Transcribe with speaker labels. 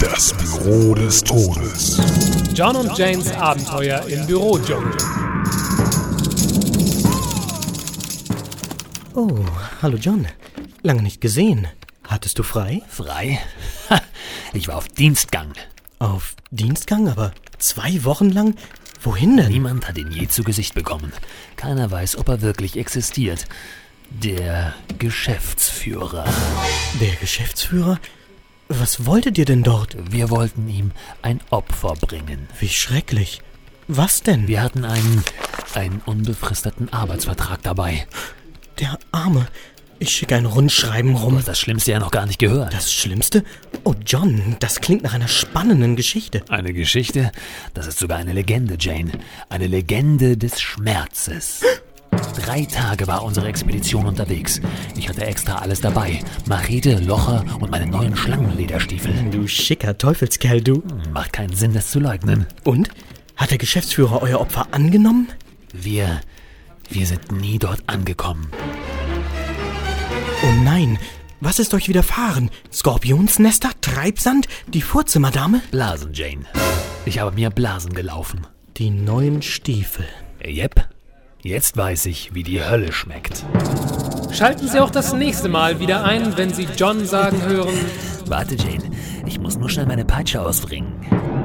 Speaker 1: Das Büro des Todes.
Speaker 2: John und Janes Abenteuer im Bürodschungel.
Speaker 3: Oh, hallo John. Lange nicht gesehen. Hattest du frei?
Speaker 4: Frei? Ha, ich war auf Dienstgang.
Speaker 3: Auf Dienstgang, aber zwei Wochen lang? Wohin denn?
Speaker 4: Niemand hat ihn je zu Gesicht bekommen. Keiner weiß, ob er wirklich existiert. Der Geschäftsführer.
Speaker 3: Der Geschäftsführer? Was wolltet ihr denn dort?
Speaker 4: Wir wollten ihm ein Opfer bringen.
Speaker 3: Wie schrecklich. Was denn?
Speaker 4: Wir hatten einen, einen unbefristeten Arbeitsvertrag dabei.
Speaker 3: Der Arme. Ich schicke ein Rundschreiben
Speaker 4: Du
Speaker 3: rum.
Speaker 4: hast das Schlimmste ja noch gar nicht gehört.
Speaker 3: Das Schlimmste? Oh John, das klingt nach einer spannenden Geschichte.
Speaker 4: Eine Geschichte? Das ist sogar eine Legende, Jane. Eine Legende des Schmerzes. Drei Tage war unsere Expedition unterwegs. Ich hatte extra alles dabei. Machete, Locher und meine neuen Schlangenlederstiefel.
Speaker 3: Du schicker Teufelskerl, du.
Speaker 4: Macht keinen Sinn, das zu leugnen.
Speaker 3: Und? Hat der Geschäftsführer euer Opfer angenommen?
Speaker 4: Wir. Wir sind nie dort angekommen.
Speaker 3: Oh nein. Was ist euch widerfahren? Skorpionsnester? Treibsand? Die Vorzimmermadame?
Speaker 4: Blasen, Jane. Ich habe mir Blasen gelaufen. Äh,
Speaker 3: Die neuen Stiefel.
Speaker 4: Jep. Jetzt weiß ich, wie die Hölle schmeckt.
Speaker 2: Schalten Sie auch das nächste Mal wieder ein, wenn Sie John sagen hören.
Speaker 4: Warte, Jane. Ich muss nur schnell meine Peitsche ausbringen.